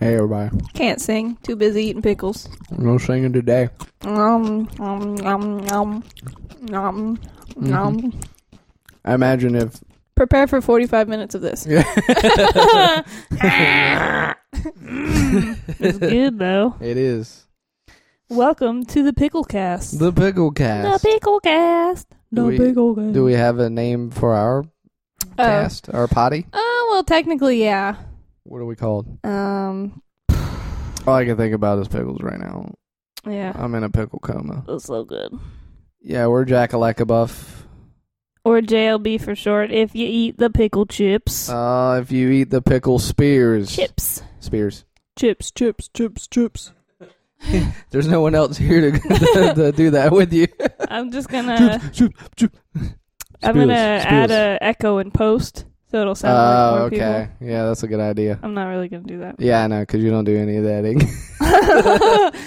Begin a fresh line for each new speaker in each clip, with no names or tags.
Hey, everybody.
Can't sing. Too busy eating pickles.
No singing today.
Um, um, um, um, um,
Mm-hmm.
um.
I imagine if.
Prepare for 45 minutes of this. it's good, though.
It is.
Welcome to the Pickle Cast.
The Pickle Cast.
The Pickle Cast. The
Do we-
Pickle Cast.
Do we have a name for our
Oh.
cast? Our potty?
Uh, well, technically, yeah.
What are we called?
Um,
All I can think about is pickles right now.
yeah.
I'm in a pickle coma.
That's so good.
Yeah, we're Jack Buff.
Or JLB for short, if you eat the pickle chips.
Uh, if you eat the pickle spears.
chips.
Spears.
Chips, chips, chips, chips.
There's no one else here to, to, to do that with you.
I'm just gonna. Uh, I'm
Spears,
gonna add
spears.
a echo and post, so it'll sound like
Oh,
more
okay.
people.
Yeah, that's a good idea.
I'm not really gonna do that.
Yeah, I know, because you don't do any of that.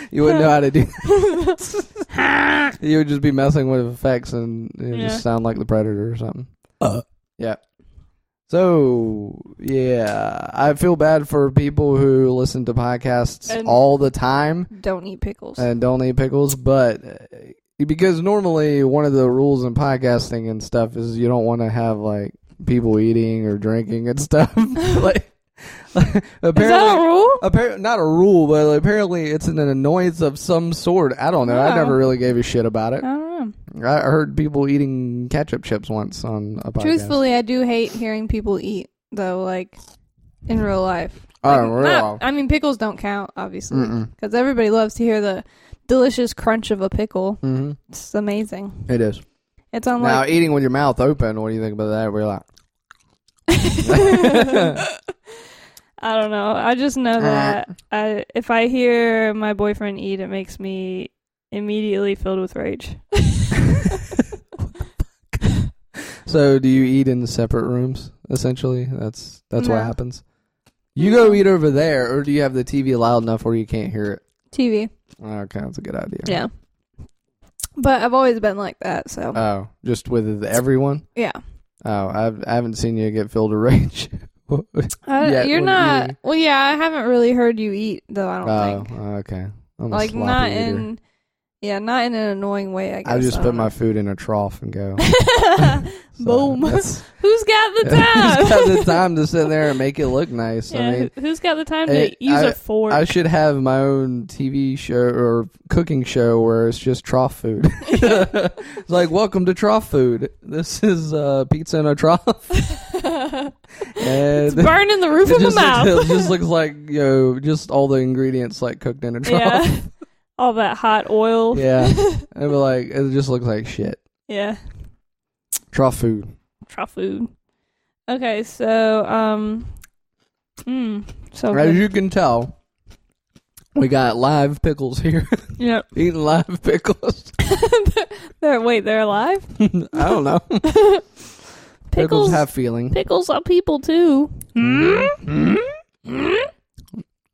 you wouldn't know how to do You would just be messing with effects and it would
Yeah.
just sound like the Predator or something. Yeah. So, yeah, I feel bad for people who listen to podcasts
And-
all the time
Don't eat pickles.
and don't eat pickles, but uh, because normally one of the rules in podcasting and stuff is you don't want to have like people eating or drinking and stuff. like,
Is that a
apparently,
rule?
Appar- not a rule, but apparently it's an annoyance of some sort. I don't know. I
No.
never really gave a shit about
I
it.
don't
I heard people eating ketchup chips once on a
know.
podcast.
Truthfully, I do hate hearing people eat though, like in real life.
I don't
Like,
Oh, really
not-
know.
I mean, pickles don't count, obviously,
Mm-mm.
because everybody loves to hear the delicious crunch of a pickle.
Mhm.
It's amazing.
It is.
It's on
now,
like
eating with your mouth open, what do you think about that? We're like,
I don't know. I just know
Uh.
that I, if I hear my boyfriend eat, it makes me immediately filled with rage.
so do you eat in separate rooms, essentially? That's that's what
No. Mm-hmm.
happens. You go eat over there, or do you have the TV loud enough where you can't hear it? Oh,
TV.
Okay, that's a good idea.
Yeah. But I've always been like that, so
Oh, just with everyone?
yeah.
Oh, I've, I haven't seen you get filled with rage. oh,
I,
Yeah,
Uh, you're
when
not.
you-
Well, yeah, I haven't really heard you eat though. I don't think.
Oh, okay. I'm a
Like
sloppy
not
eater.
in. Yeah, not in an annoying way. I guess.
I just
I
put
don't
my food in a trough and go.
know.
So
Boom.
that's-
Who's got the time?
Who's got the time to sit there and make it look nice?
Yeah,
I mean,
who- who's got the time to
it-
use
I-
a fork?
I should have my own TV show or cooking show where it's just trough food. it's like, welcome to trough food. This is uh, pizza in a trough.
it's
And
burning the roof
it
of my
just,
mouth.
Looks, it just looks like you know, just all the ingredients like cooked in a trough.
yeah. All that hot oil.
Yeah. It'd be like it just looks like shit.
Yeah.
Trough food.
Try food. Okay, so um mm, so
As
good.
you can tell, we got live pickles here.
Yep.
Eating live pickles.
They're, wait, they're alive?
I don't know. Pickles,
pickles
have feeling.
pickles are people too. Mm-hmm.
Mm.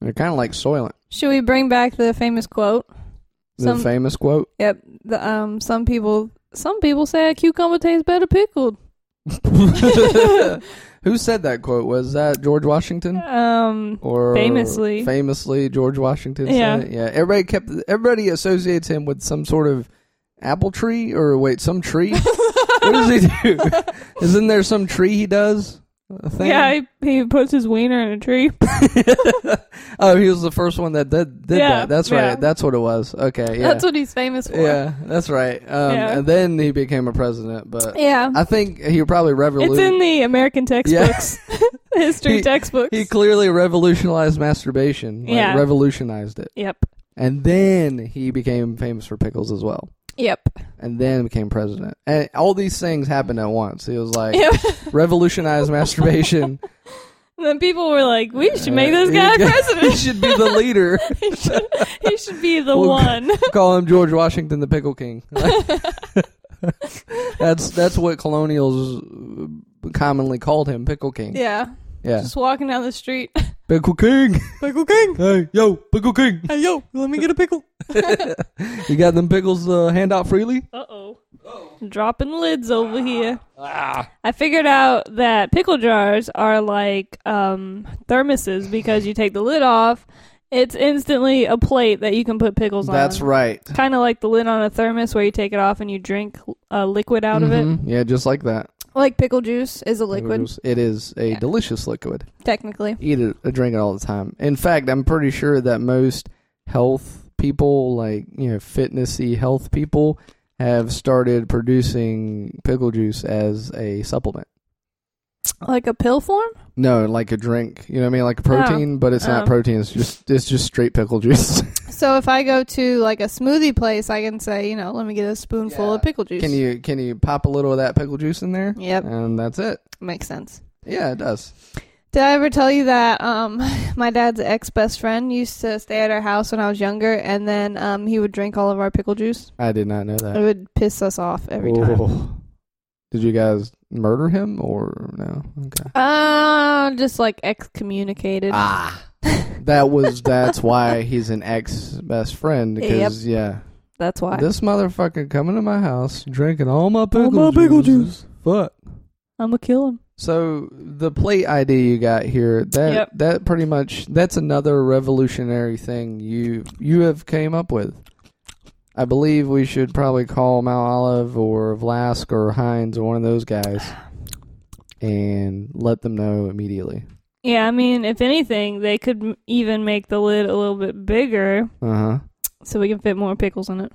They're kind of like soylent.
Should we bring back the famous quote?
The
Some-
famous quote.
Yep. The, um some people some people say a cucumber tastes better pickled.
Who said that quote? Was that George Washington?
Um
Or
Famously.
famously George Washington.
Yeah.
said it? yeah. Everybody kept. Everybody associates him with some sort of apple tree or wait, some tree. what does he do? Isn't there some tree he does? A thing?
Yeah, he, he puts his wiener in a tree.
oh, he was the first one that did, did
Yeah,
that. That's
yeah.
right. That's what it was. Okay. Yeah.
That's what he's famous for.
yeah. That's right. Um,
Yeah.
And then he became a president, but
Yeah.
I think he probably
It's in
revolutionized.
the American textbooks, history
He-
textbooks.
He clearly revolutionized masturbation. Like,
Yeah.
Revolutionized it,
yep.
and then he became famous for pickles as well.
Yep.
And then became president, and all these things happened at once. He was like
Yep.
revolutionized masturbation.
And then people were like, "We should make this
Uh,
guy
he-
president.
he should be the leader.
he, should, he should be the
Well,
one."
Call him George Washington, the Pickle King. that's that's what colonials uh, commonly called him, Pickle King.
yeah.
Yeah.
Just walking down the street.
Pickle King.
pickle king.
Hey, yo, Pickle King.
Hey yo, let me get a pickle.
You got them pickles uh, hand out freely?
Uh oh. dropping lids over here.
Ah,
I figured out that pickle jars are like um, thermoses because you take the lid off, it's instantly a plate that you can put pickles on.
that's right.
Kind of like the lid on a thermos where you take it off and you drink uh, liquid out of it.
Mhm. Yeah, just like that.
Like pickle juice is a liquid,
It is a
Yeah.
delicious liquid.
technically.
Eat it, uh, drink it all the time. In fact, I'm pretty sure that most health people, like you know, fitnessy health people, have started producing pickle juice as a supplement.
Like a pill form?
No, like a drink. You know what I mean? Like a protein, but it's
Oh.
not protein. It's just it's just straight pickle juice.
So if I go to like a smoothie place, I can say, you know, let me get a spoonful
Yeah.
of pickle juice.
can you can you pop a little of that pickle juice in there?
Yep,
And that's it.
makes sense.
Yeah, it does.
Did I ever tell you that um, my dad's ex best friend used to stay at our house when I was younger, and then um, he would drink all of our pickle juice?
I did not know that.
It would piss us off every time.
Oh. Did you guys murder him or no? Okay.
Uh, just like excommunicated.
Ah. That was that's why he's an ex best friend because
That's
yeah.
why.
This motherfucker coming to my house drinking all my
All
pickle
my pickle
juice. Fuck.
I'm gonna kill him.
So the plate ID you got here, that
Yep.
that pretty much that's another revolutionary thing you you have came up with. I believe we should probably call Mount Olive or Vlask or Hines or one of those guys and let them know immediately.
Yeah, I mean, if anything, they could m- even make the lid a little bit bigger
Uh huh.
so we can fit more pickles in it.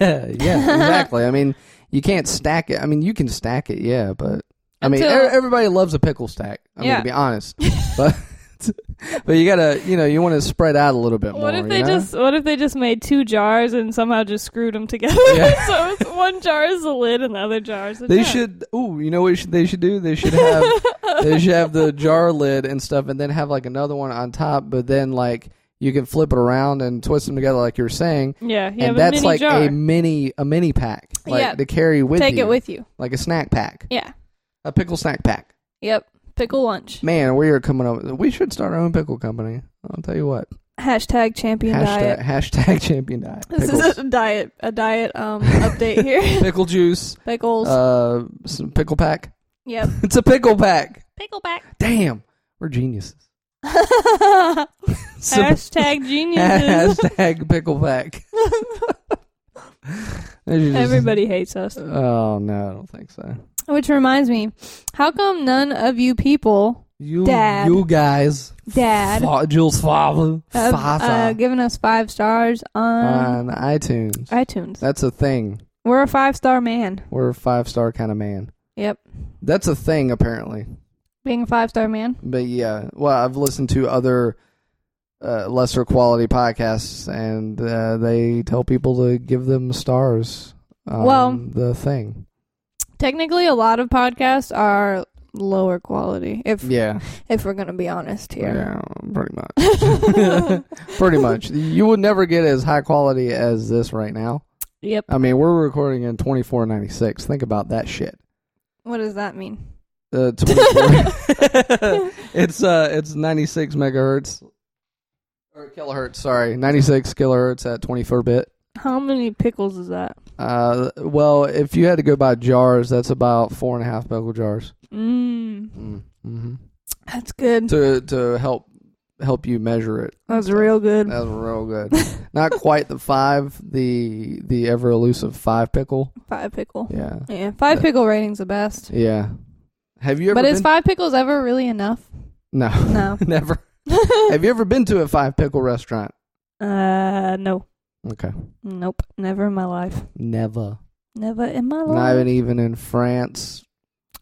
yeah, exactly. I mean, you can't stack it. I mean, you can stack it, yeah, but I mean,
Until-
e- everybody loves a pickle stack. I mean,
Yeah.
to be honest, but but you gotta, you know, you want to spread out a little bit more.
What if they
you know?
just What if they just made two jars and somehow just screwed them together?
Yeah.
so it's one jar is the lid and the other jar is the
They
jar.
should. Ooh, you know what should, they should do? They should have they should have the jar lid and stuff, and then have like another one on top. But then like you can flip it around and twist them together, like you were saying.
Yeah, you have
and
a
that's
mini
like
jar.
a mini a mini pack, like
Yeah.
to carry with
Take
you,
it with you.
like a snack pack,
Yeah.
a pickle snack pack.
Yep. Pickle lunch.
Man, we are coming up. We should start our own pickle company. I'll tell you what.
Hashtag champion
Hashtag,
diet.
hashtag champion diet.
This
Pickles. Uh,
is a diet a diet um update here.
pickle juice.
Pickles.
Uh, some pickle pack.
yep.
It's a pickle pack.
Pickle back.
Damn, we're geniuses. Some-
Hashtag geniuses.
Hashtag pickle pack. They should just-
Everybody hates us.
Oh no, I don't think so.
Which reminds me, how come none of you people,
You,
Dad.
you guys,
Dad,
fa- Jules father,
have uh,
father
given us five stars on
on iTunes.
iTunes?
That's a thing.
We're a five star man.
We're a five star kind of man.
Yep.
That's a thing apparently.
Being a five star man.
But yeah, well, I've listened to other uh, lesser quality podcasts, and uh, they tell people to give them stars. On
Well-
the thing.
Technically, a lot of podcasts are lower quality. If
Yeah,
if we're gonna be honest here,
yeah, pretty much. pretty much. You would never get as high quality as this right now.
yep.
I mean, we're recording in 2496. Think about that shit.
What does that mean?
Uh, 24. it's uh, it's 96 megahertz or kilohertz. Sorry, 96 kilohertz at 24 bit.
How many pickles is that?
Uh, well, if you had to go by jars, that's about four and a half pickle jars.
Mm,
Mm-hmm.
that's good.
To to help help you measure it.
That's real good.
That's real good. Not quite the five, the the ever elusive five pickle.
Five pickle.
Yeah,
Yeah, five pickle rating's the best.
yeah. Have you ever?
But is
been-
five pickles ever really enough?
no,
No.
never. Have you ever been to a five pickle restaurant?
uh, no.
Okay,
Nope. Never in my life.
never.
Never in my
Not
life.
even even in France.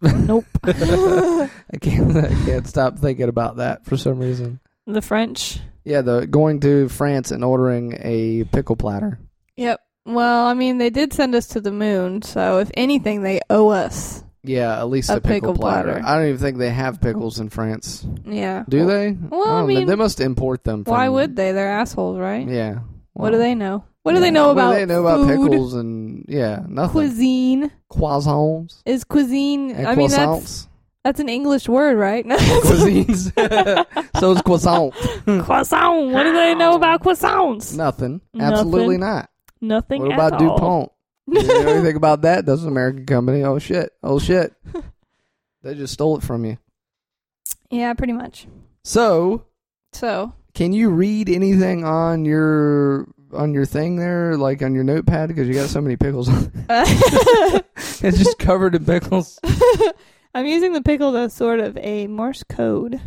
Nope.
I can't. I can't stop thinking about that for some reason.
the French.
Yeah, the going to France and ordering a pickle platter.
Yep. Well, I mean, they did send us to the moon, so if anything, they owe us.
Yeah, at least
A
a, pickle,
pickle
platter.
platter.
I don't even think they have pickles in France.
Yeah.
Do they?
well, I
don't know.
mean,
they must import them. From,
Why would they? They're assholes, right?
Yeah.
What do
well,
they know? What do
yeah.
they know about
What do they know about
food?
pickles and yeah, nothing.
Cuisine
Croissants.
is cuisine.
And
I mean, that's
croissants.
that's an English word, right?
Cuisines. so is croissant.
Croissant. What do they know about croissants?
Nothing. Absolutely not.
Nothing
What
at
about
all.
DuPont? You didn't know anything about that? That's an American company. Oh shit. Oh shit. They just stole it from you.
yeah, pretty much.
So,
So
can you read anything on your on your thing there, like on your notepad, because you got so many pickles.
uh,
it's just covered in pickles.
I'm using the pickle as sort of a Morse code.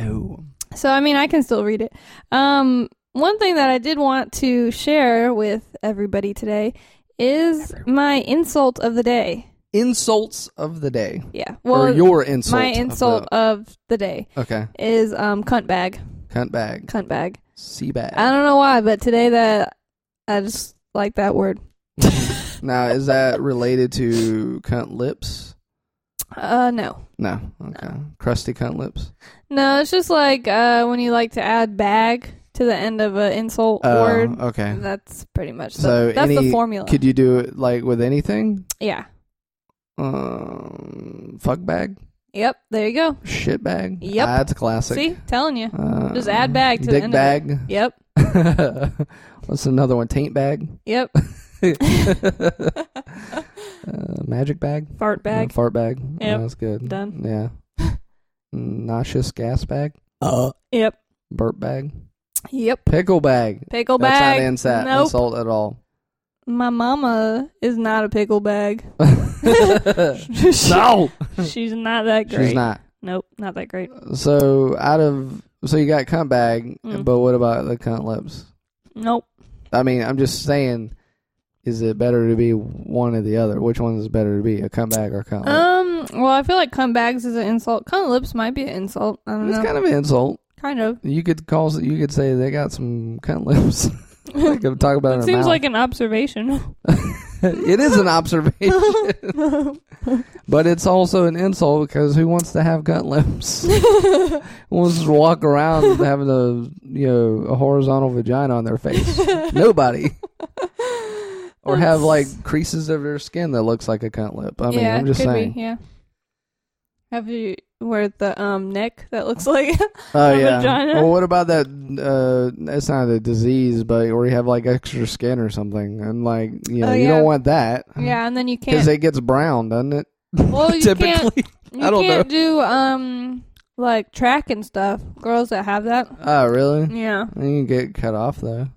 Oh,
So I mean, I can still read it. Um, one thing that I did want to share with everybody today is my insult of the day.
insults of the day,
Yeah. Well,
or your insult.
my
of
insult of the, day
the- okay,
is um cunt bag,
cunt bag,
cunt bag.
sea bag.
I don't know why, but today that I just like that word.
Now, is that related to cunt lips?
Uh, no,
No. Okay. Crusty cunt lips.
no. It's just like uh when you like to add bag to the end of an insult word.
Oh, okay.
That's pretty much
So
the, that's
any-
the formula.
Could you do it like with anything?
yeah.
Um, fuck bag,
Yep. There you go.
shit bag.
Yep.
Ah, that's classic.
See, telling you.
Uh,
Just add bag to the
dick
end of
bag.
Yep.
What's another one? Taint bag.
Yep.
uh, magic bag.
Fart
Uh,
bag.
fart bag.
Yep.
That's good.
Done.
Yeah. Nauseous gas bag. Uh.
Yep.
Burp bag.
Yep.
Pickle bag.
Pickle
That's
bag.
not insult,
Nope.
insult at all.
My mama is not a pickle bag.
no,
She's not that great.
she's not.
Nope, not that great.
So out of so you got cunt bag,
Mm.
but what about the cunt lips?
Nope.
I mean, I'm just saying, is it better to be one or the other? Which one is better to be, a cunt bag or a cunt lip?
Um. Well, I feel like cunt bags is an insult. Cunt lips might be an insult. I don't
It's
know.
kind of an insult.
Kind of.
You could call you could say they got some cunt lips. they could talk about it.
it
in
seems
mouth.
like an observation.
it is an observation, but it's also an insult because who wants to have cunt lips? Who wants to walk around having a you know a horizontal vagina on their face? Nobody. Or have like creases of their skin that looks like a cunt lip. I mean,
yeah,
I'm just
could
saying.
Be, yeah. Have you where the um neck that looks like?
Oh
A
yeah.
vagina.
Well, what about that? Uh, it's not a disease, but or you have like extra skin or something, and like you know
Oh,
you
yeah.
don't want that.
yeah, and then you
Because
can't.
it gets brown, doesn't it?
Well, you can't
Typically.
You
I don't
can't do um like track and stuff. Girls that have that.
Oh, really?
Yeah.
You can get cut off though,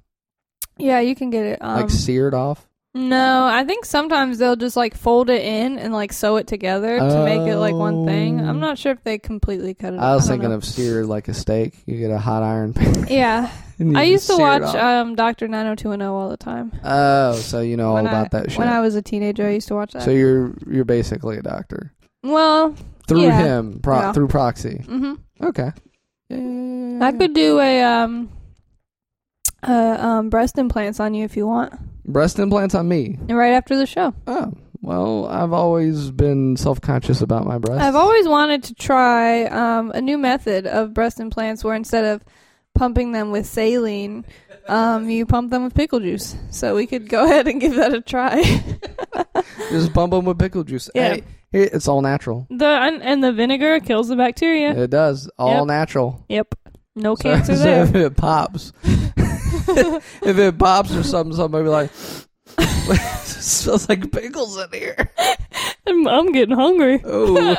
Yeah, you can get it. Um,
like seared off.
no, I think sometimes they'll just like fold it in and like sew it together to make it like one thing. I'm
Oh.
not sure if they completely cut it.
I was thinking
don't
of seared like a steak. You get a hot iron pan.
know. Yeah,
and you
I used to
sear it
watch
off.
um Doctor 90210 all the time.
oh, so you know all
when I-
about that shit.
When I was a teenager, I used to watch that.
so you're you're basically a doctor
well,
through
Yeah.
him, pro-
Yeah.
through proxy.
hmm
Okay. Yeah, yeah, yeah, yeah,
I
yeah.
could do a um uh um breast implants on you if you want,
breast implants on me.
right after the show.
Oh, well, I've always been self conscious about my breasts.
I've always wanted to try um, a new method of breast implants where instead of pumping them with saline, um, you pump them with pickle juice. So we could go ahead and give that a try.
just bump them with pickle juice.
Yeah.
Hey, it- it's all natural.
the and, and the vinegar kills the bacteria.
It does all
Yep.
natural.
Yep, no
So-
cancer
so
there.
if it pops, if it pops or something, somebody be like, "It smells like pickles in here."
I'm, I'm getting hungry.
Oh,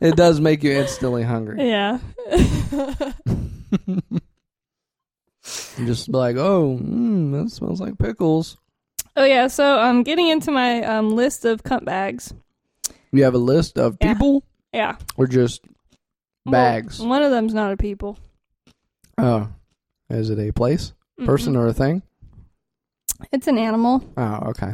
it does make you instantly hungry.
Yeah.
You just be like, "Oh, mm, that smells like pickles."
oh yeah. So I'm um, getting into my um, list of cunt bags.
You have a list of
Yeah.
people
Yeah.
or just
Well, mm.
bags.
one of them's not a people.
Oh, is it a place,
Mm-mm.
person, or a thing?
It's an animal.
Oh, okay.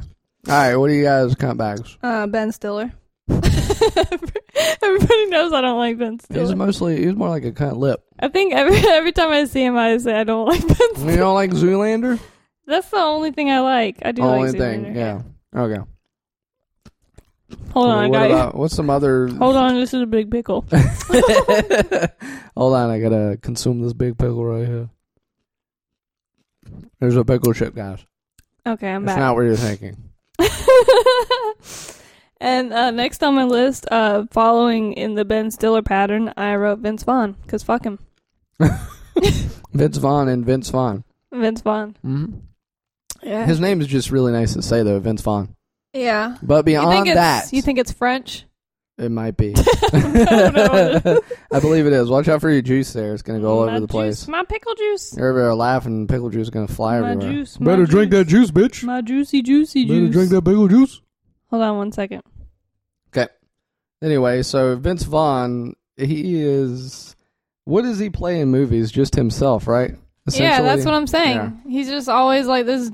All right, what do you guys cunt bags?
Uh, ben Stiller. Everybody knows I don't like Ben Stiller.
He's mostly he's more like a cunt lip.
I think every every time I see him, I say I don't like Ben
You
Stiller.
don't like Zoolander?
That's the only thing I like. I do
Only
like
thing,
Zoolander.
yeah. Okay.
Hold on, I
what
got
about, what's some other?
Hold on, this is a big pickle.
Hold on, I gotta consume this big pickle right here. There's a pickle chip, guys.
Okay, I'm
it's
back.
not what you're thinking.
and uh, next on my list, uh, following in the Ben Stiller pattern, I wrote Vince Vaughn because fuck him,
Vince Vaughn and Vince Vaughn.
Vince Vaughn.
Mm-hmm.
Yeah.
His name is just really nice to say though, Vince Vaughn.
yeah.
But
you think
beyond
it's,
that,
You think it's French?
it might be.
No, no.
I believe it is. Watch out for your juice there. It's going to go all
My
over the
juice,
place.
My pickle juice.
You're over there laughing, pickle juice is going to fly
my
everywhere.
juice. my juice.
juice, bitch.
My juicy, juicy juice.
pickle juice.
Hold on one second.
Anyway, so Vince Vaughn, he is. What does he play in movies? Just himself, right?
Yeah, that's what I'm saying.
yeah.
He's just always like this.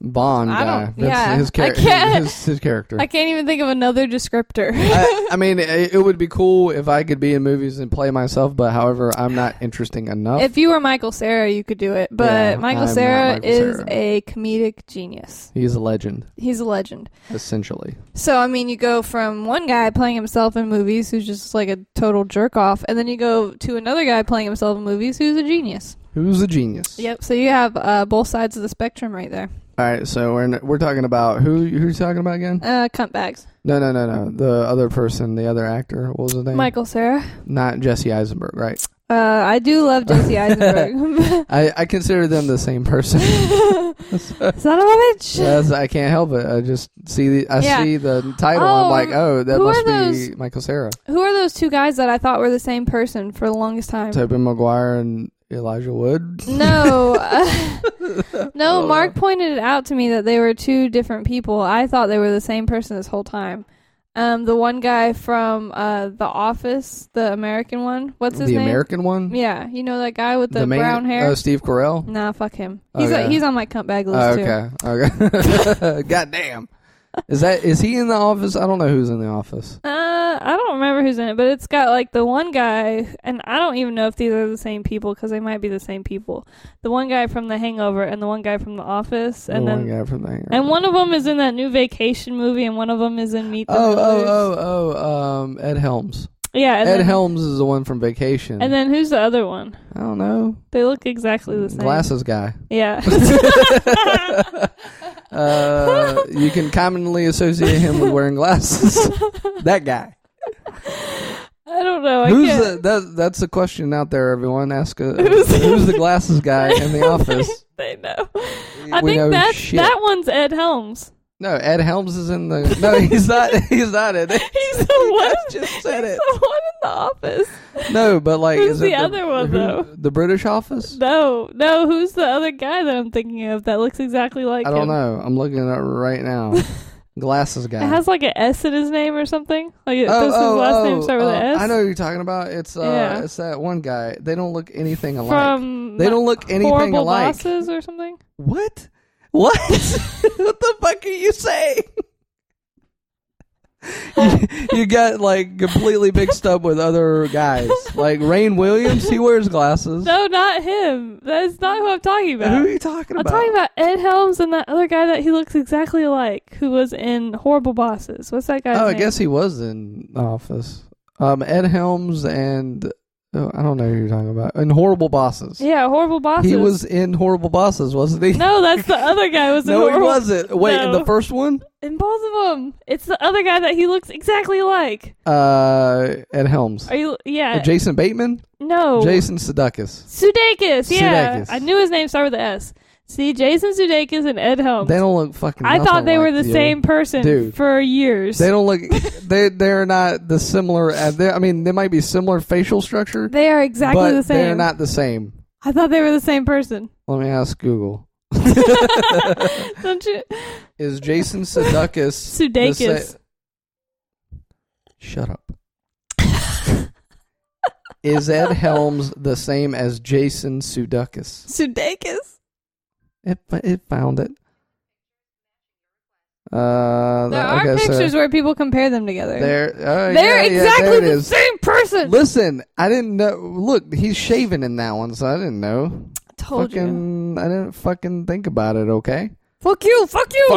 Vaughn
I
guy.
don't-
That's
yeah,
his, char-
I can't-
his, his character.
I can't even think of another descriptor.
I, I mean, it, it would be cool if I could be in movies and play myself, but however, I'm not interesting enough.
if you were Michael Sarah, you could do it.
Yeah,
But
I'm
Michael
not
Sarah
Michael
is
Cera.
a comedic genius.
He's a legend,
He's a legend.
essentially.
So I mean, you go from one guy playing himself in movies who's just like a total jerk off, and then you go to another guy playing himself in movies who's a genius.
Who's a genius?
Yep. So you have uh, both sides of the spectrum right there.
All right, so we're we're talking about who who's talking about again?
Uh, cunt bags.
No, no, no, no. The other person, the other actor. What was his name?
Michael Sarah.
Not Jesse Eisenberg, right?
Uh, I do love Jesse Eisenberg.
I, I consider them the same person.
Son of a bitch.
Yes, I can't help it. I just see the I
Yeah.
see the title. I'm
Oh,
like, oh, that
who
must
are
be
those-
Michael Sarah,
Who are those two guys that I thought were the same person for the longest time?
Tobey Maguire, and Elijah Wood.
No. uh, no, Mark pointed it out to me that they were two different people. I thought they were the same person this whole time. Um, the one guy from uh, The Office, the American one. What's his
the
name?
American one,
yeah, you know that guy with the,
main-
brown hair? Mm,
Oh, Steve Carell.
nah, fuck him.
Oh,
He's
yeah.
a, he's on my cunt bag list
Oh,
too.
okay, okay. God damn, is that is he in the office? I don't know who's in the office.
Uh, I don't remember who's in it, but it's got like the one guy, and I don't even know if these are the same people because they might be the same people. The one guy from The Hangover and the one guy from The Office, and
the
then
one guy from the hangar.
and one of them is in that new Vacation movie, and one of them is in Meet the
Oh,
Millers.
oh, oh, oh, um, Ed Helms.
yeah, and
Ed
then,
Helms is the one from Vacation.
and then who's the other one?
I don't know.
They look exactly the same.
Glasses guy.
Yeah,
Uh, you can commonly associate him with wearing glasses. that guy.
I don't know. Oh, I
who's
can't.
the, that? That's the question out there. Everyone ask. uh
Who's-
who's the glasses guy in the office?
They know. I
we know
think that's
shit.
that one's Ed Helms.
No, Ed Helms is in the. No, he's not. He's not in it.
He's the one.
Just said
he's
it.
the one in the office.
No, but like,
Who's
is
the
it
other one, though?
The British Office.
No, no. Who's the other guy that I'm thinking of that looks exactly like
I don't
him?
know. I'm looking at it right now. Glasses guy.
It has like an S in his name or something. Like it,
Oh,
does his
oh,
last name
oh,
start with an
uh,
S?
I know who you're talking about. It's uh,
Yeah.
it's that one guy. They don't look anything alike.
From
they don't look anything
horrible
alike.
bosses or something.
What? What? what the fuck are you saying? you, you got like completely mixed up with other guys. Like Rain Williams, he wears glasses.
No, not him. That's not who I'm talking
Who are
about.
you talking
I'm
about?
talking about Ed Helms and that other guy that he looks exactly like, who was in Horrible Bosses. What's that guy's
oh, I
name?
guess he was in the office. Um, Ed Helms and oh, I don't know who you're talking about. And Horrible Bosses.
Yeah, Horrible Bosses.
He was in Horrible Bosses, wasn't he?
No, that's the other guy. Was in
No, he
Horrible-
wasn't. Wait, in
No.
the first one,
In both of them, it's the other guy that he looks exactly like.
uh, Ed Helms,
Are you? Oh. Yeah.
Uh, Jason Bateman,
no.
Jason Sudeikis.
Sudeikis, yeah.
Sudeikis.
I knew his name started with a S. See, Jason Sudeikis and Ed Helms.
They don't look fucking.
Oh. I
nothing
thought they were
like
the
you.
same person
Dude.
for years.
They don't look. They they're not the similar. uh, they're- I mean, they might be similar facial structure,
They are exactly
but
the same.
they're not the same.
I thought they were the same person.
Let me ask Google.
Don't you?
Is Jason Sudeikis the sa-
Sudeikis.
Shut up. Is Ed Helms the same as Jason Sudeikis?
Sudeikis?
It it found it. Uh,
There
okay,
are
so
pictures where people compare them together.
There, oh,
They're
yeah, yeah,
exactly
there it
the
is.
same person.
Listen, I didn't know. Look, he's shaving in that one, so I didn't know.
Told you.
fucking, I didn't fucking think about it. Okay,
Fuck you. Fuck you.
you.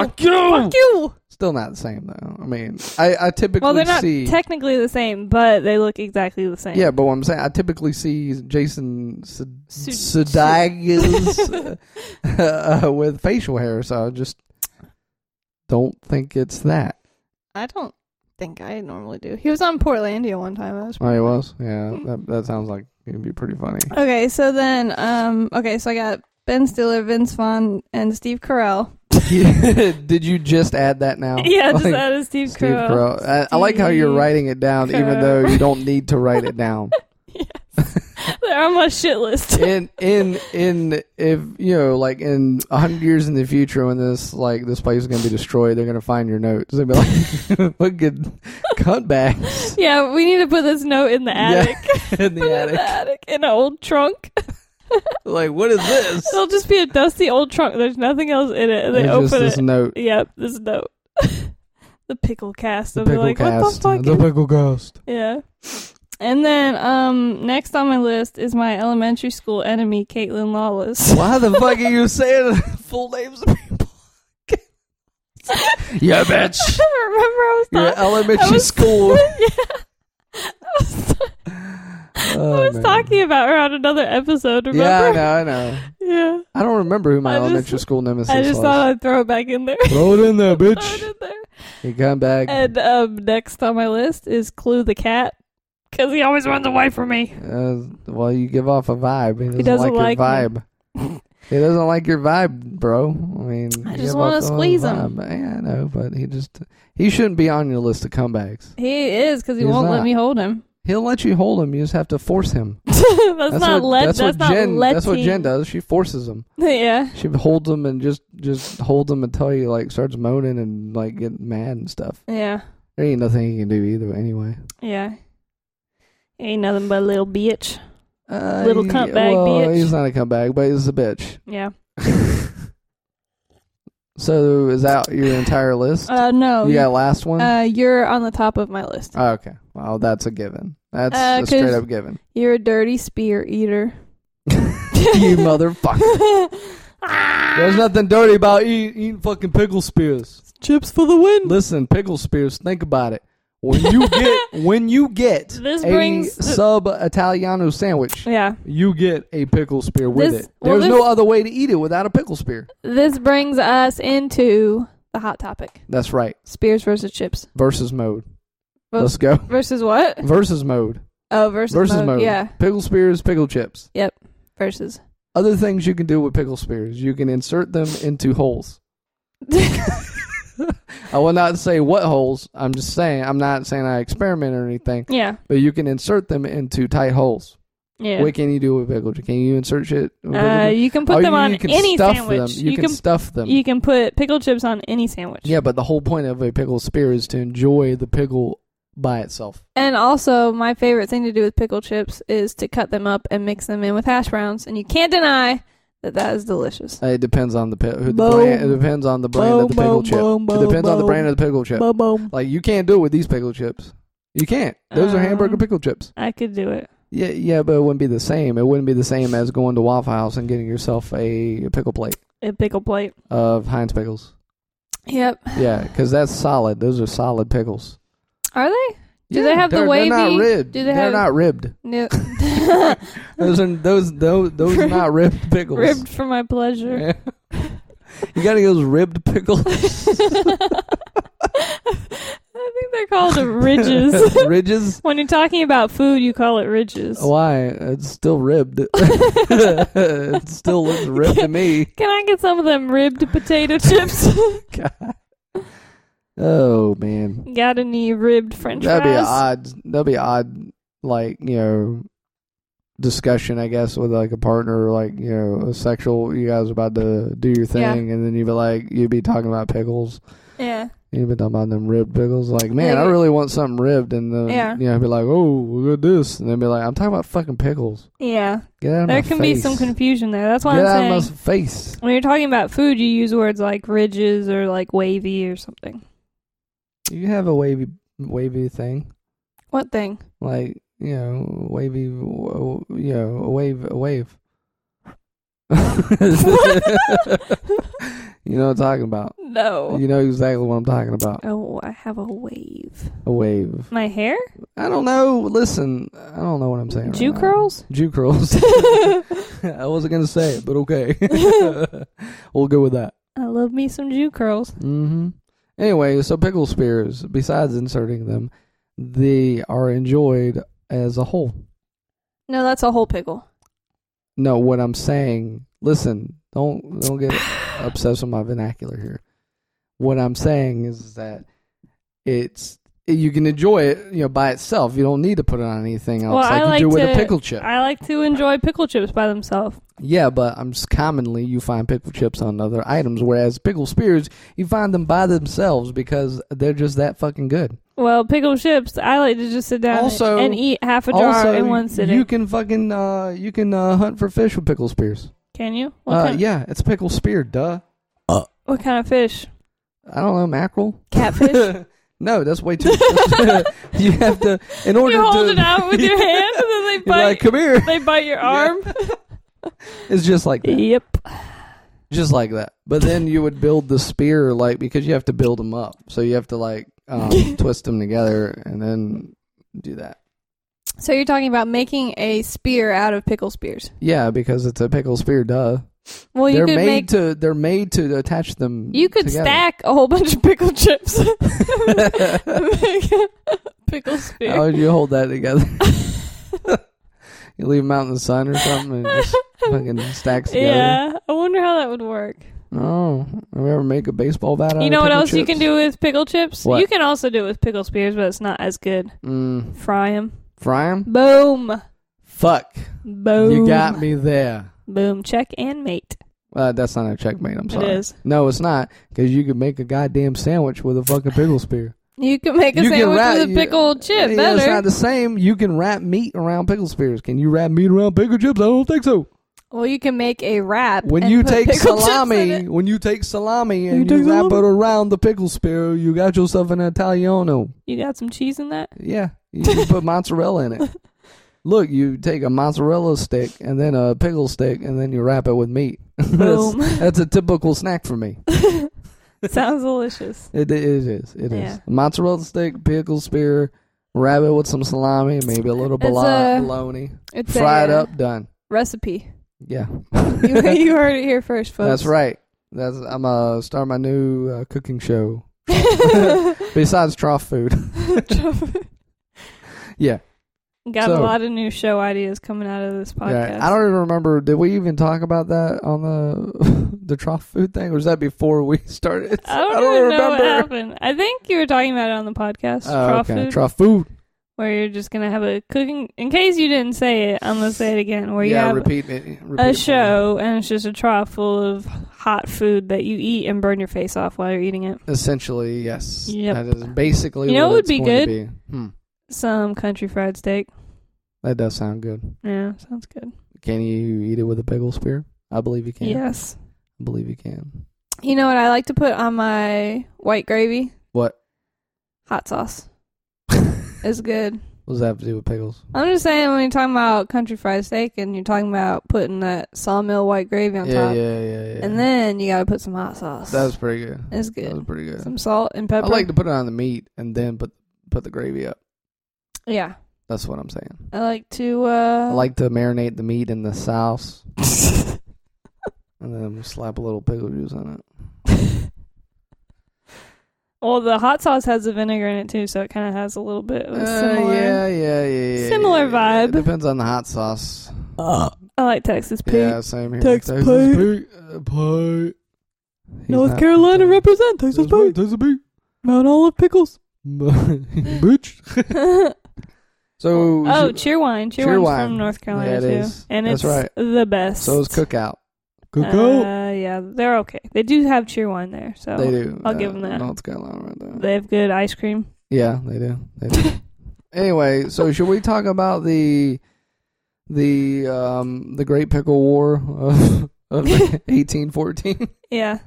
Fuck you.
Still not the same though. I mean, I, I typically
Well, they're not
see.
technically the same, but they look exactly the same.
yeah, but what I'm saying, I typically see Jason Su-
Su-
Sudeikis uh, with facial hair, so I just don't think it's that.
I don't think I normally do. He was on Portlandia one time. That was
Oh, he was. Yeah, that, that sounds like it'd be pretty funny.
Okay, so then, um, okay, so I got Ben Stiller, Vince Vaughn, and Steve Carell.
Did you just add that now?
Yeah, just
Like,
added Steve,
Steve
Carell.
Carell. I, I like how you're
Steve
writing it down, even
Carell.
though you don't need to write it down.
They're on my shit list.
in in in if you know like in a hundred years in the future when this like this place is gonna be destroyed they're gonna find your notes they'll be like what good cutbacks
yeah, we need to put this note in the
Yeah,
attic.
in the
Put it in
attic
the attic in an old trunk.
like what is this
It'll just be a dusty old trunk. There's nothing else in it. And they
It's
open
just this
it.
note
Yep, this note. the pickle cast.
the
They'll be
pickle
like,
cast
what the
the
fuck?
pickle cast
is-" yeah. And then um, next on my list is my elementary school enemy, Caitlin Lawless.
why the fuck are you saying full names of people yeah bitch
Remember, I was
you're
talking.
at elementary
I was-
school
yeah. I was,
Oh,
I was
man.
talking about her on another episode,
yeah I
remember?
know I know
Yeah.
I don't remember who my
I just-
elementary school nemesis
I just
was
thought I'd throw it back in there.
throw it in there
Throw it
bitch
in there.
you come back
And um, next on my list is Clue the cat, because he always runs away from me.
Uh, well, you give off a vibe. He doesn't,
doesn't
like, your
like
vibe. he doesn't like your vibe, bro. I mean,
I
you
just
give
wanna
off the whole
squeeze him.
vibe. Yeah, I know, but he just he shouldn't be on your list of comebacks.
He is, because he
He's
won't let
not.
me hold him.
He'll let you hold him. You just have to force him.
that's, not
what,
let.
That's, what
That's, not
Jen.
letting.
That's what Jen does. She forces him.
Yeah.
She holds him and just just holds him until he like starts moaning and like getting mad and stuff.
Yeah.
There ain't nothing he can do either. Anyway.
Yeah. Ain't nothing but a little bitch.
Uh,
Little
he-
cuntbag
well,
bitch.
He's not a cuntbag, but he's a bitch.
Yeah.
so is that your entire list?
Uh, no.
you got a last one?
uh, you're on the top of my list.
oh, okay. Well, that's a given. That's
Uh,
a straight
'cause-
up given.
You're a dirty spear eater.
you motherfucker.
Ah!
There's nothing dirty about eat, eating fucking pickle spears.
Chips for the win.
Listen, pickle spears. Think about it. When you get when you get
This
a
brings the-
sub Italiano sandwich,
Yeah.
you get a pickle spear with
This-
it.
well,
There's
this-
no other way to eat it without a pickle spear.
This brings us into the hot topic:
That's right.
spears versus chips.
Versus mode.
Well-
Let's go.
Versus what?
Versus mode.
Oh, versus,
Versus
mode.
mode.
Yeah,
Pickle spears, pickle chips.
versus.
Other things you can do with pickle spears, you can insert them into holes. I will not say what holes. I'm just saying, I'm not saying I experiment or anything,
yeah,
but you can insert them into tight holes.
yeah.
What can you do with pickle? Can you insert shit? With pickle
uh,
chips?
you can put
Oh,
them
you-
on
you can
any
stuff
sandwich.
Them. You, can, stuff them.
you can put pickle chips on any sandwich.
yeah, but the whole point of a pickle spear is to enjoy the pickle by itself.
And also, my favorite thing to do with pickle chips is to cut them up and mix them in with hash browns, and you can't deny that that is delicious.
Uh, It depends on the, pi- who the
Boom.
brand. It depends on the brand of the pickle
Boom,
chip.
boom,
it depends on the
boom,
brand of the pickle chip.
Boom, boom.
Like you can't do it with these pickle chips. You can't. Those are hamburger
Um,
pickle chips.
I could do it.
Yeah, yeah, but it wouldn't be the same. It wouldn't be the same as going to Waffle House and getting yourself a pickle plate
A pickle plate.
of Heinz pickles.
Yep.
Yeah, because that's solid. Those are solid pickles.
Are they? Do
Yeah,
they have the
they're- They're
wavy-
not ribbed.
do they
are
have-
not ribbed.
No.
Those are those those those are not ribbed pickles.
Ribbed for my pleasure.
Yeah. you gotta get those ribbed pickles.
I think they're called ridges.
Ridges.
when you're talking about food, you call it ridges.
Why? It's still ribbed. it still looks ribbed to me.
Can I get some of them ribbed potato chips?
Oh man,
Got any ribbed French
that'd be an
fries?
odd. That'd be an odd, like you know, discussion. I guess with like a partner, like you know, a sexual. You guys about to do your thing,
Yeah.
and then you'd be like, you'd be talking about pickles.
yeah,
You'd be talking about them ribbed pickles. Like, man, I
Like-
really want something ribbed, and then
Yeah.
you know, I'd be like, oh, look at this, and they'd be like, I'm talking about fucking pickles.
yeah.
Get out of my
There can be some
face.
confusion there. That's why
Get out
I'm
of
saying
my face.
when you're talking about food, you use words like ridges or like wavy or something.
You have a wavy, wavy thing.
What thing?
like you know wavy w- w- you know a wave a wave you know what i'm talking about
No.
you know exactly what i'm talking about
Oh, I have a wave.
a wave
My hair?
i don't know listen i don't know what i'm saying right
Jew
now.
curls?
jew curls i wasn't gonna say it but okay we'll go with that
I love me some Jew curls.
hmm anyway so pickle spears besides inserting them they are enjoyed as a whole
No, that's a whole pickle.
No, what I'm saying. Listen, don't don't get obsessed with my vernacular here. What I'm saying is that it's you can enjoy it, you know, by itself. You don't need to put it on anything else
Well, I
like,
like
you do with a
to-
pickle chip.
I like to enjoy pickle chips by themselves.
Yeah, but I'm s commonly you find pickle chips on other items, whereas pickle spears you find them by themselves because they're just that fucking good.
Well, pickle chips, I like to just sit down
Also-
and eat half a jar
also,
in one sitting.
you can fucking uh, you can uh, hunt for fish with pickle spears.
Can you? What,
Uh,
kind,
yeah, it's pickle spear. Duh.
what kind of fish?
I don't know mackerel.
Catfish?
no, that's way too. you have to in order
you hold
to
it out with your hand and then they
You're
bite.
like, come here.
they bite your
Yeah.
arm.
It's just like that.
Yep.
just like that. But then you would build the spear like because you have to build them up, so you have to like um, twist them together and then do that.
So you're talking about making a spear out of pickle spears.
Yeah, because it's a pickle spear. Duh.
Well, you
they're
could
made
make
to. They're made to attach them.
you could
together.
stack a whole bunch of pickle chips. Make a pickle spear.
How would you hold that together? you leave them out in the sun or something, and just fucking stacks together.
yeah, I wonder how that would work.
Oh, we ever make a baseball bat? Out
you
of
know what
pickle
else you
chips?
can do with pickle chips?
What?
You can also do it with pickle spears, but it's not as good.
Mm,
Fry them.
fry 'em?
Boom.
Fuck,
Boom.
you got me there.
Boom. Check and mate.
Uh, that's not a checkmate. I'm sorry.
It is.
No, it's not because you could make a goddamn sandwich with a fucking pickle spear.
You can make a
You can
sandwich
wrap-
with a
you-
pickle chip
Yeah,
better.
It's not the same. You can wrap meat around pickle spears. Can you wrap meat around pickle chips? I don't think so.
well, you can make a wrap.
When
and
you
put
take
pickle chips in
salami,
it.
when you take salami and you,
take
wrap
salami.
it around the pickle spear, you got yourself an Italiano.
you got some cheese in that.
Yeah, you can put mozzarella in it. Look, you take a mozzarella stick and then a pickle stick, and then you wrap it with meat. that's,
Boom.
that's a typical snack for me.
Sounds delicious.
It, it is. It is.
Yeah.
Mozzarella stick, pickle spear, rabbit with some salami, maybe a little
It's
bala-
a-
bologna.
It's
Fry it
a, uh,
up, done.
recipe.
Yeah.
You, you heard it here first, folks.
That's right. That's I'm uh start my new uh, cooking show. Besides trough food. Yeah.
Got
So-
a lot of new show ideas coming out of this podcast.
Yeah. I don't even remember did we even talk about that on the the trough food thing? Or was that before we started?
I don't, even know what happened. I think you were talking about it on the podcast,
Oh,
trough
okay.
food,
Trough food.
where you're just gonna have a cooking. In case you didn't say it, I'm gonna say it again. Where
yeah,
you have
repeat it. Repeat
a
it.
show and it's just a trough full of hot food that you eat and burn your face off while you're eating it.
Essentially, yes.
Yep.
That is basically
You
what
know what would
it's
be
going to be. Hmm.
Some country fried steak.
That does sound good.
Yeah, sounds good.
Can you eat it with a pickle spear? I believe you can.
Yes.
I believe you can.
You know what I like to put on my white gravy?
What?
Hot sauce
what
is good.
does that have to do with pickles?
I'm just saying when you're talking about country fried steak and you're talking about putting that sawmill white gravy on
yeah,
top,
yeah, yeah, yeah.
and then you got to put some hot sauce.
that was pretty good.
it's
That
good.
was pretty good.
Some salt and pepper.
I like to put it on the meat and then put put the gravy up.
yeah,
That's what I'm saying.
I like to. Uh,
I like to marinate the meat in the sauce and then slap a little pickle juice on it.
well, the hot sauce has the vinegar in it too, so it kind of has a little bit of a
Uh,
similar.
yeah, yeah, yeah, yeah, yeah.
similar
yeah, yeah. It
vibe.
depends on the hot sauce.
I like Texas pig.
Yeah, same here.
Tex Pete.
Pete. Uh, Pete. He's
North
not-
Carolina represent Texas
Texas
pig.
Pete. Texas Pete.
Mount Olive pickles.
Bitch. So
oh,
so-
Cheerwine. Cheerwine's
Cheerwine.
from North Carolina
Yeah, it
too,
is.
and
That's
it's
right.
the best.
So is Cookout.
Uh, yeah, they're okay. They do have Cheerwine there, so
they do. Uh,
I'll give 'em that.
North Carolina right there.
They have good ice cream.
yeah, they do. They do. anyway, so should we talk about the the um the Great Pickle War of, of 1814?
Yeah,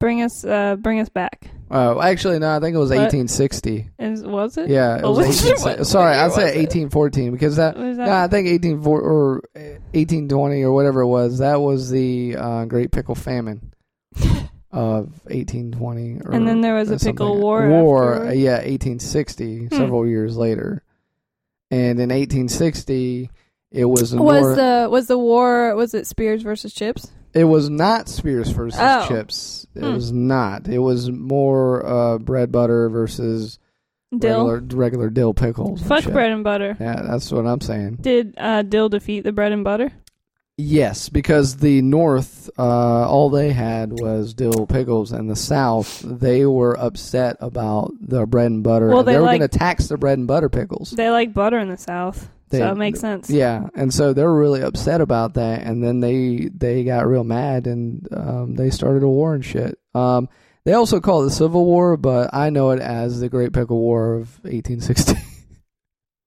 bring us, uh, bring us back.
Oh, actually no, I think it was
What? Oh,
1860.
Is was it?
Yeah, it
What
was
was it?
1860.
What
Sorry,
year
I said
was it?
1814 because that
Was that?
No, I think 18 or uh, 1820 or whatever it was. That was the uh, Great Pickle Famine of 1820. Or,
and then there was
or
a pickle
something.
war.
War,
afterward.
uh, yeah, 1860,
Hmm.
several years later. And in 1860, it was the
was
North-
the was the war? Was it Spears versus Chips?
it was not Spears versus
Oh.
Chips. It
Hmm.
was not. It was more uh, bread butter versus
Dill.
regular regular dill pickles. and
Fuck
shit.
bread and butter.
Yeah, that's what I'm saying.
Did uh, Dill defeat the bread and butter?
Yes, because the North, uh, all they had was dill pickles, and the South, they were upset about their bread and butter.
Well,
and they,
they
were
like-
going to tax the bread and butter pickles.
They like butter in the South,
They-
so it makes sense.
Yeah, and so they were really upset about that, and then they they got real mad, and um, they started a war and shit. Um, they also call it the Civil War, but I know it as the Great Pickle War of 1816.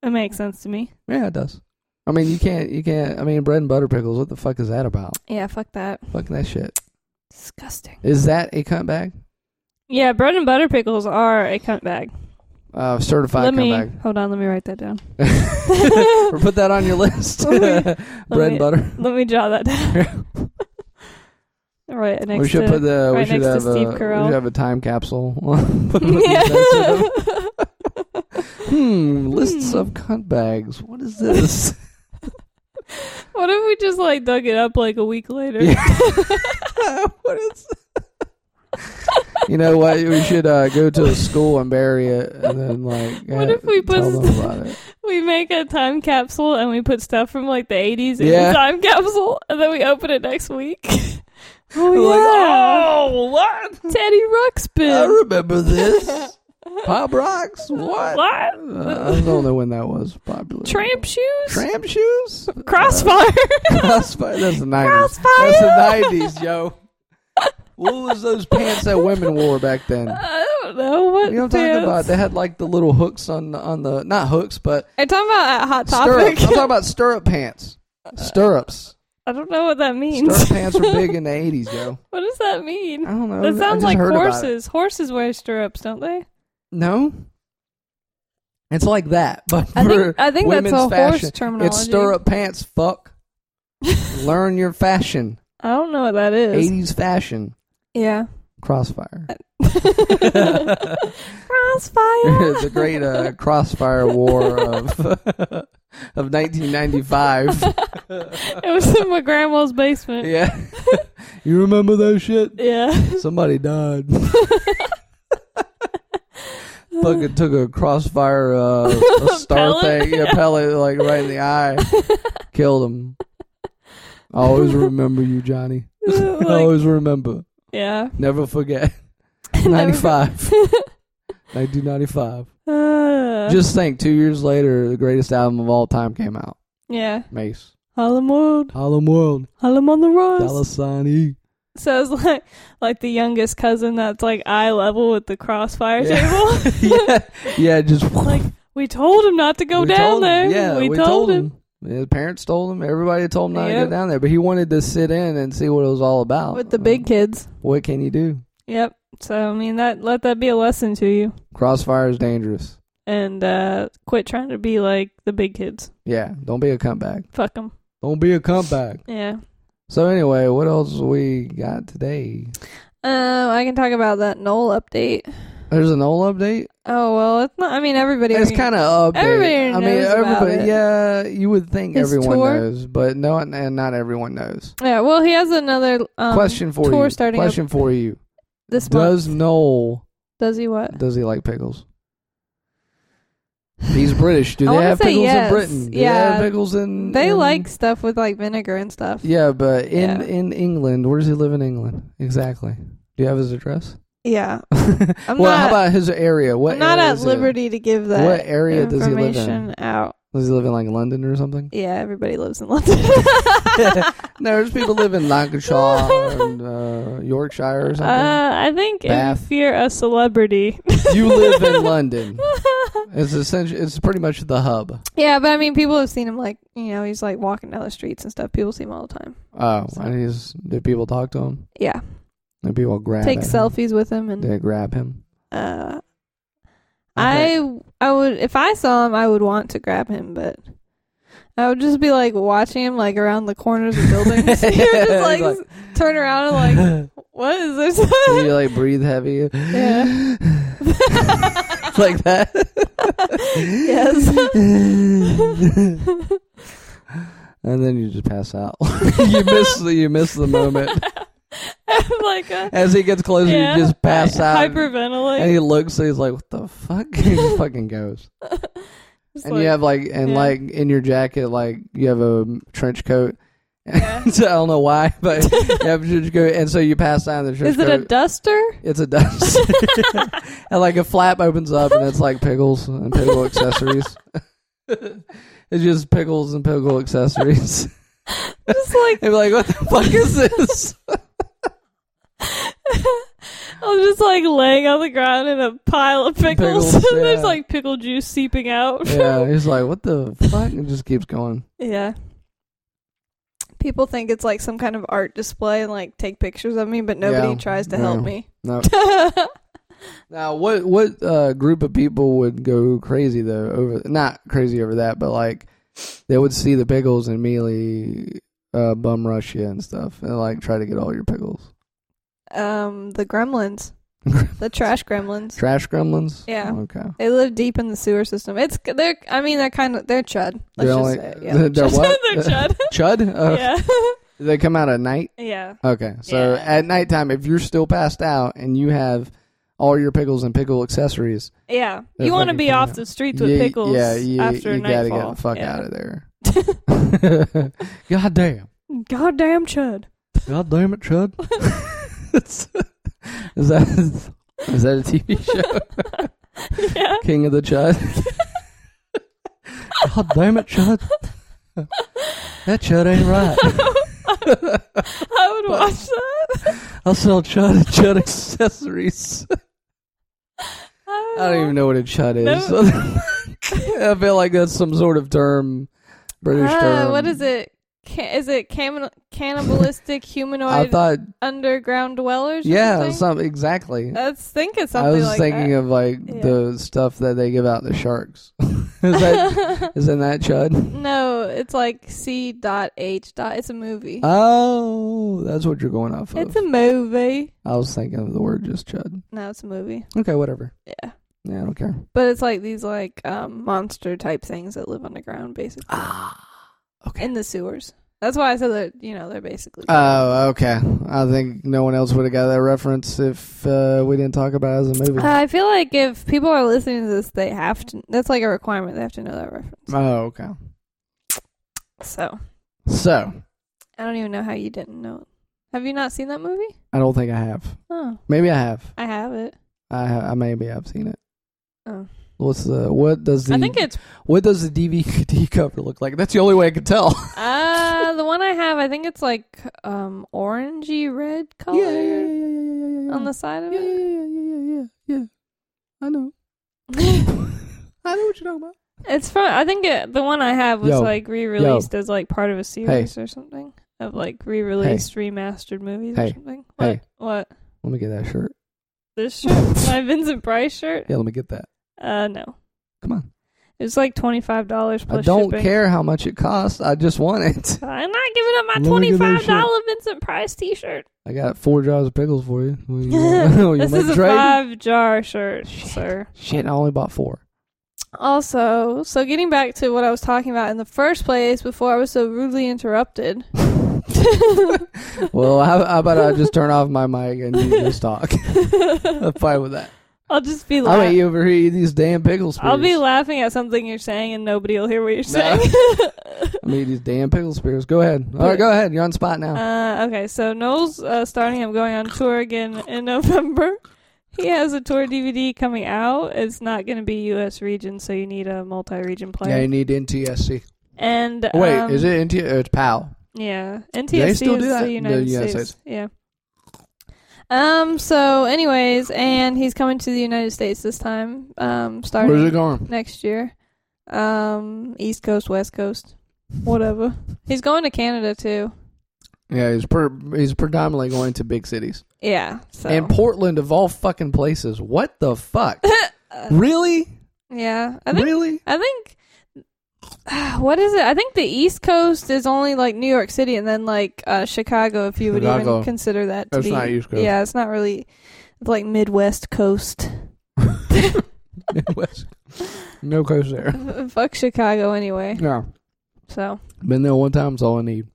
It makes sense to me.
yeah, it does. I mean, you can't, you can't. I mean, bread and butter pickles. What the fuck is that about?
Yeah, fuck that.
Fuck that shit.
Disgusting.
Is that a comeback?
Yeah, bread and butter pickles are a cunt bag.
Uh, certified
let me
comeback.
hold on. Let me write that down.
or put that on your list.
Let me-
bread and
me-
butter.
Let me draw that down. right next
we should
to
put the. we
right
should
next to
have
Steve
a. We
Carell.
should have a time capsule. Put them with the events of them.
yeah.
Hmm, lists
Hmm.
of cunt bags. What is this?
what if we just like dug it up like a week later?
what is You know what? We should uh, go to a school and bury it and then, like,
What
uh,
if we put
tell
s-
them about it.
We make a time capsule and we put stuff from like the 80s in
Yeah.
the time capsule and then we open it next week. oh,
We're like,
yeah.
oh, what?
Teddy
I
Ruxpin.
remember this. Pop Rocks? What?
What?
Uh, I don't know when that was popular.
Tramp shoes?
Tramp shoes?
Crossfire.
Uh, crossfire. That's the 90s.
Crossfire.
That's the 90s, yo. What was those pants that women wore back then?
I don't know what.
You know what I'm talking
pants.
about? They had like the little hooks on the, on the not hooks, but
Are you talking about at Hot
stirrups. I'm
Topic? Uh,
talking about stirrup pants. Stirrups.
I don't know what that means.
Stirrup pants were big in the 80s, yo.
What does that mean?
I don't know.
That
I just
sounds like
heard about it.
horses. Horses wear stirrups, don't they?
No, it's like that, but
I
for
think I think that's
women's
a
fashion,
horse terminology.
it's stirrup pants. Fuck. Learn your fashion.
I don't know what that is.
80s fashion.
Yeah.
Crossfire.
Crossfire.
the great uh, Crossfire War of of 1995.
It was in my grandma's basement.
Yeah. you remember that shit?
Yeah.
Somebody died. Fucking took a crossfire, uh, a star
Pellet?
thing, yeah, pellet, like right in the eye. Killed him. I always remember you, Johnny.
Like-
I always remember.
yeah.
Never forget.
Never-
95. 1995.
Uh,
Just think, two years later, the greatest album of all time came out.
yeah.
Mace.
Harlem World.
Harlem World.
Harlem on the Rose.
Dallas Sign E.
So it's like like the youngest cousin that's like eye level with the crossfire
Yeah.
table.
yeah, yeah, just
Like we told him not to go
We
down
told
there.
him. Yeah,
we, told, him.
His parents told him. Everybody told him not to
Yep.
go down there, but he wanted to sit in and see what it was all about.
with the big kids.
What can you do?
Yep. So I mean that let that be a lesson to you
Crossfire is dangerous.
and uh quit trying to be like the big kids.
Yeah, don't be a comeback.
Fuck them.
Don't be a comeback.
Yeah.
So anyway, what else we got today?
Um I can talk about that Knoll update.
There's an old update.
Oh well, it's not I mean everybody
Uh, It's
already-
kind of update.
Everybody
I mean,
knows about
everybody.
it.
Yeah, you would think
His
everyone
tour?
knows, but no, and not everyone knows.
Yeah, well he has another um,
Question for
tour
you.
starting up
Question for you.
this month.
Does Noel
Does he what?
Does he like pickles? He's British. Do
I
they
wanna
have
say
pickles
yes.
in Britain? Do they
Yeah.
have pickles in?
They
in-
like stuff with like vinegar and stuff.
Yeah, but in
Yeah.
in England, where does he live in England exactly? Do you have his address?
Yeah. I'm
well, how
not-
about his area? What?
I'm not
area
at
is he in?
liberty to give that
What area does he live in?
information out.
Does he live in like London or something?
Yeah, everybody lives in London.
No, there's people live in Lancashire and uh, Yorkshire or something.
Uh, I think if
Bath.
you fear a celebrity,
You live in London. it's essentially it's pretty much the hub.
yeah, but I mean, people have seen him like you know he's like walking down the streets and stuff. People see him all the time.
Oh,
So-
and he's do people talk to him?
Yeah,
Do people grab
take
at him?
selfies with him
Do
and
they grab him?
uh,
Okay.
I I would if I saw him, I would want to grab him, but. I would just be like watching him like around the corners of buildings. he would just like,
He's
turn around and like, what is this?
you like breathe heavy
Yeah.
like that.
yes.
and then you just pass out. you miss the you miss the moment.
I'm like a
As he gets closer,
yeah,
you just pass
hy-
out. and
Hyperventilate.
he looks and he's like, "What the fuck?" he just fucking goes.
Just
and
like-
you have like and
yeah.
like in your jacket, like you have a trench coat,
Yeah.
so I don't know why, but you have a church coat, and so you pass down the church
Is it a
coat.
duster?
it's a dust, and like a flap opens up, and it's like pickles and pickle accessories. it's just pickles and pickle accessories.
Just like
They'd be like, "What the fuck is this?"
I'm just like laying on the ground in a pile of pickles,
Pickles,
and there's
yeah.
like pickle juice seeping out.
yeah, he's like, "What the fuck?" It just keeps going.
Yeah. People think it's like some kind of art display and like take pictures of me, but nobody
Yeah.
tries to
Yeah.
help me.
No. Now, what what uh, group of people would go crazy though over not crazy over that, but like they would see the pickles and immediately uh, bum rush you and stuff, and like try to get all your pickles.
um, the gremlins, the trash gremlins.
Trash gremlins.
Yeah.
Okay.
They live deep in the sewer system. It's they're. I mean, they're kind of they're chud. Let's
They're
just
only-
say it. yeah.
they're
just-
what?
they're chud.
Chud. Uh,
yeah,
They come out at night.
yeah.
Okay. So
Yeah.
at nighttime, if you're still passed out and you have all your pickles and pickle accessories,
Yeah,
They're
you want to
fucking
be
coming
off
out.
the streets with
you-
pickles
yeah, you,
after
you gotta
nightfall.
get the fuck
yeah.
out of there. God damn.
Goddamn chud.
God damn it, Chud. It's- is that is that a TV show?
yeah.
King of the Chud. God damn it, Chud. That Chud ain't right.
I would watch that.
I'll sell Chud and Chud accessories.
I, would
I don't even know what a Chud is. I feel like that's some sort of term, British
Uh,
term.
What is it? Ca- is it cam- cannibalistic humanoid
I thought,
underground dwellers? or
yeah,
something?
some exactly.
I was thinking something
I was
like
thinking of like
Yeah.
the stuff that they give out to sharks. is that
that.
Isn't that Chud?
no, it's like C. Dot H. Dot. It's a movie.
Oh, that's what you're going off of.
it's a movie.
I was thinking of the word just Chud.
No, it's a movie.
Okay, whatever.
Yeah,
Yeah, I don't care.
but it's like these like um, monster type things that live underground, basically
Ah, okay.
in the sewers. That's why I said that. You know, they're basically.
Oh, okay. I think no one else would have got that reference if uh, we didn't talk about it as a movie.
Uh, I feel like if people are listening to this, they have to. That's like a requirement. They have to know that reference.
oh, okay.
So
So
I don't even know how you didn't know it. Have you not seen that movie?
I don't think I have.
Oh,
Maybe I have.
I have it.
I, ha- I maybe I've seen it.
Oh.
What's the what does the
I think it's
what does the DVD cover look like? That's the only way I could tell.
uh the one I have. I think it's like um orangey red color
yeah, yeah, yeah, yeah, yeah, yeah, yeah.
on the side of
yeah, yeah,
it.
yeah, yeah, yeah, yeah. I know. I know what you're talking about.
it's from. I think it, the one I have was
Yo.
like re-released as like part of a series or something of like re-released remastered movies or
Hey.
something. What?
Hey.
What?
Let me get that shirt.
This shirt? My Vincent Price shirt?
Yeah, let me get that.
Uh, no.
Come on.
It was like twenty five dollars
I
plus
don't
shipping.
care how much it costs. I just want it.
I'm not giving up my
Let me
twenty
get that
five
shirt.
dollar Vincent Price T shirt.
I got four jars of pickles for you. Will you, will you
this
make
is a
trade?
five jar shirt, sir.
Shit, I only bought four.
Also, so getting back to what I was talking about in the first place before I was so rudely interrupted.
Well, how, how about I just turn off my mic and you just talk? I'm fine with that.
I'll just be
I'll make
laughing.
you over here eat these damn pickle spears.
I'll be laughing at something you're saying and nobody will hear what you're
No.
saying.
I'll eat these damn pickle spears. Go ahead. All right, go ahead. You're on spot now.
Uh, okay, so Noel's uh, starting up going on tour again in November. He has a tour DVD coming out. It's not going to be U.S. region, so you need a multi-region
yeah,
player.
you need NTSC.
and
Oh, Wait,
um,
is it NTSC? It's PAL.
Yeah, NTSC
they still
is
do that?
the
The
United,
United
States.
States.
Yeah. Um. So, anyways, and he's coming to the United States this time. Um.
Where's
Starting
it going?
next year. Um. East Coast, West Coast, whatever. he's going to Canada too.
Yeah, he's per- he's predominantly going to big cities.
Yeah. So.
And Portland of all fucking places. What the fuck? really?
uh, yeah. I think
Really?
I think what is it? I think the East Coast is only like New York City, and then like uh, Chicago, if you would even
Chicago.
consider that. To
That's
be,
not East Coast.
Yeah, it's not really it's like Midwest coast.
Midwest. no coast there.
Fuck Chicago anyway.
Yeah.
So
Been there one time is all I need.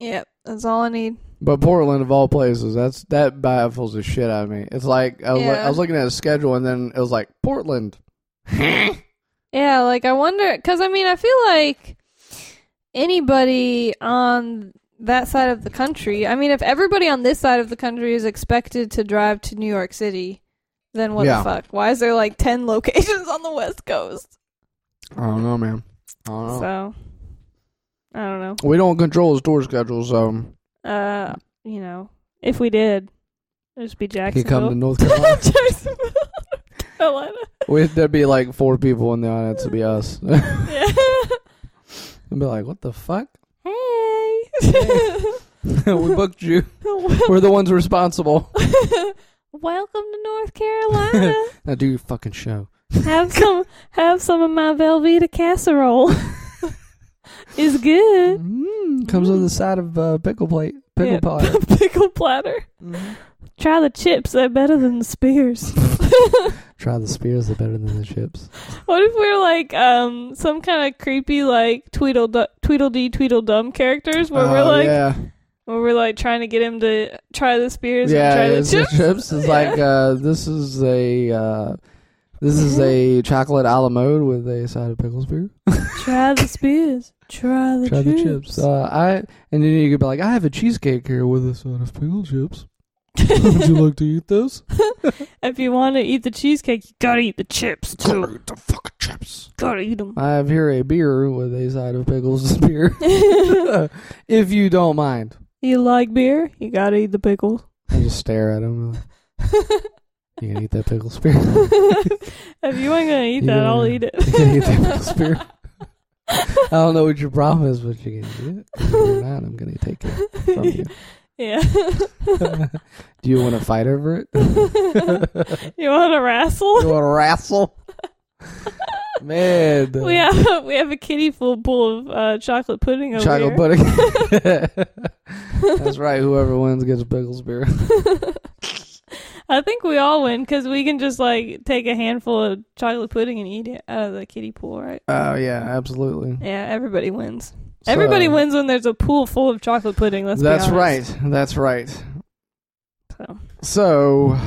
yep, that's all I need.
But Portland of all places, that's that baffles the shit out of me. It's like I was, like,
Yeah.
I was looking at a schedule and then it was like Portland.
Yeah, like I wonder because I mean I feel like anybody on that side of the country. I mean, if everybody on this side of the country is expected to drive to New York City, then what
Yeah.
the fuck? Why is there like 10 locations on the West Coast?
I don't know, man. I don't know.
So, I don't know.
we don't control his tour schedules. Um,
Uh, you know, if we did, it'd just be
he come to
Jacksonville.
North Carolina.
Jacksonville, Carolina.
We'd, there'd be like four people in the audience. It'd be us. I'd
Yeah.
be like, what the fuck?
Hey.
we booked you. We're the ones responsible.
Welcome to North Carolina.
Now do your fucking show.
Have some have some of my Velveeta casserole. it's good.
Mm, comes with a side of uh, pickle plate, pickle
Yeah.
pie. Mm-hmm.
Pickle platter. Try the chips, they're better than the spears.
Try the spears; they're better than the chips.
what if we're like um some kind of creepy like Tweedled Tweedledee Tweedledum characters where we're
Oh,
like
yeah,
where we're like trying to get him to try the spears
yeah.
and
it's
try
the
the
chips,
chips?
is
Yeah.
like uh, this is a uh, this is a chocolate a la mode with a side of pickle spear.
Try the spears. Try the
Try
chips.
the chips. Uh, I and then you could be like, I have a cheesecake here with a side of pickle chips. Would you like to eat those?
if you want to eat the cheesecake, you gotta eat the chips too.
eat the fucking chips.
gotta eat them.
I have here a beer with a side of pickles and beer, if you don't mind.
you like beer? You gotta eat the pickles.
I just stare at him. like, You gonna eat that pickle spear? you
if you ain't gonna eat
You
that, I'll
gonna-
eat it.
gonna eat that pickle spear? I don't know what your problem is, but you're gonna eat it. If you're not, I'm gonna take it from you.
Yeah.
Do you want to fight over it?
you want to wrestle?
You want to wrestle? Man,
We have we have a kiddie full pool of uh, chocolate pudding over
chocolate
here.
pudding. That's right. Whoever wins gets a pickle spear.
I think we all win because we can just like take a handful of chocolate pudding and eat it out of the kiddie pool, right?
Oh yeah, absolutely.
Yeah, everybody wins.
So-
everybody wins when there's a pool full of chocolate pudding. Let's be
That's
honest.
right. That's right.
So
So,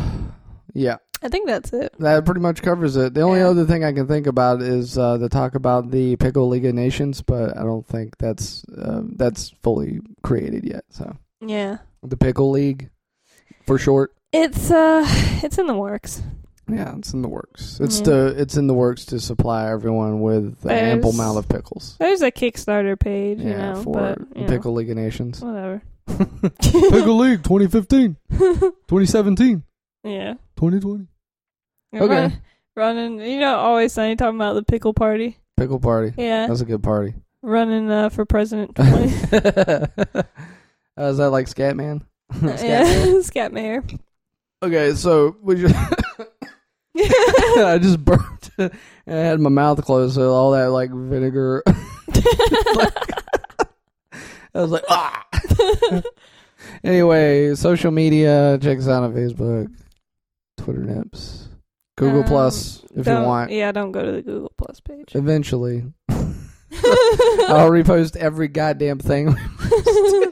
yeah.
I think that's it.
That pretty much covers it. The only
Yeah.
other thing I can think about is uh, the talk about the Pickle League of Nations, but I don't think that's um, that's fully created yet. So
Yeah,
the Pickle League, for short,
it's uh, it's in the works.
yeah, it's in the works. It's
Yeah.
the it's in the works to supply everyone with an ample
There's-
amount of pickles.
There's a Kickstarter page, you
Yeah,
know,
for
but you know,
Pickle League of Nations,
whatever.
Pickle League 2015, 2017,
yeah.
2020,
You're
Okay.
run- running, you know, always sunny talking about the pickle party.
pickle party.
Yeah,
That's a good party.
running uh, for president.
uh,
20.
is that like Scatman? Scatman?
yeah, scat mayor.
Okay, so we just. I just burped. and I had my mouth closed, so all that like vinegar. I was like, ah. anyway, social media. Check us out on Facebook, Twitter, Nips, Google
Um,
Plus, if you
Don't- e-
want.
Yeah, don't go to the Google Plus page.
Eventually, I'll repost every goddamn thing.
Son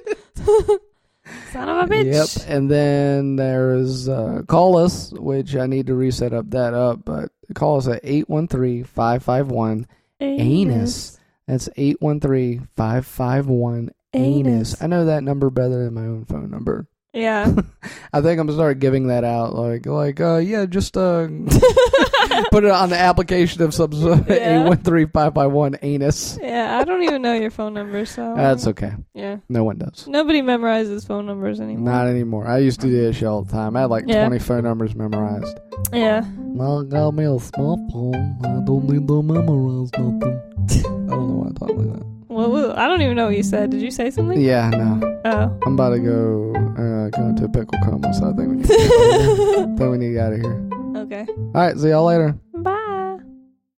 of a bitch.
Yep. And then there's uh, call us, which I need to reset up that up, but call us at 813 551 Anus. That's 813 551 anus. I know that number better than my own phone number.
Yeah.
I think I'm gonna start giving that out like like uh yeah, just uh put it on the application of sub
Yeah.
eight one three five five one anus.
yeah, I don't even know your phone number, so
That's okay.
yeah.
No one does.
Nobody memorizes phone numbers anymore.
Not anymore. I used to do this shit all the time. I had like
Yeah.
twenty phone numbers memorized.
Yeah.
Well got me a smartphone. I don't need to memorize nothing. I don't know why I talk like that.
Well, well, I don't even know what you said. Did you say something?
Yeah, no.
Oh.
I'm about to go uh go into a pickle coma, so I think we need, I think we need to get out of here.
Oh. okay.
All right, see y'all later.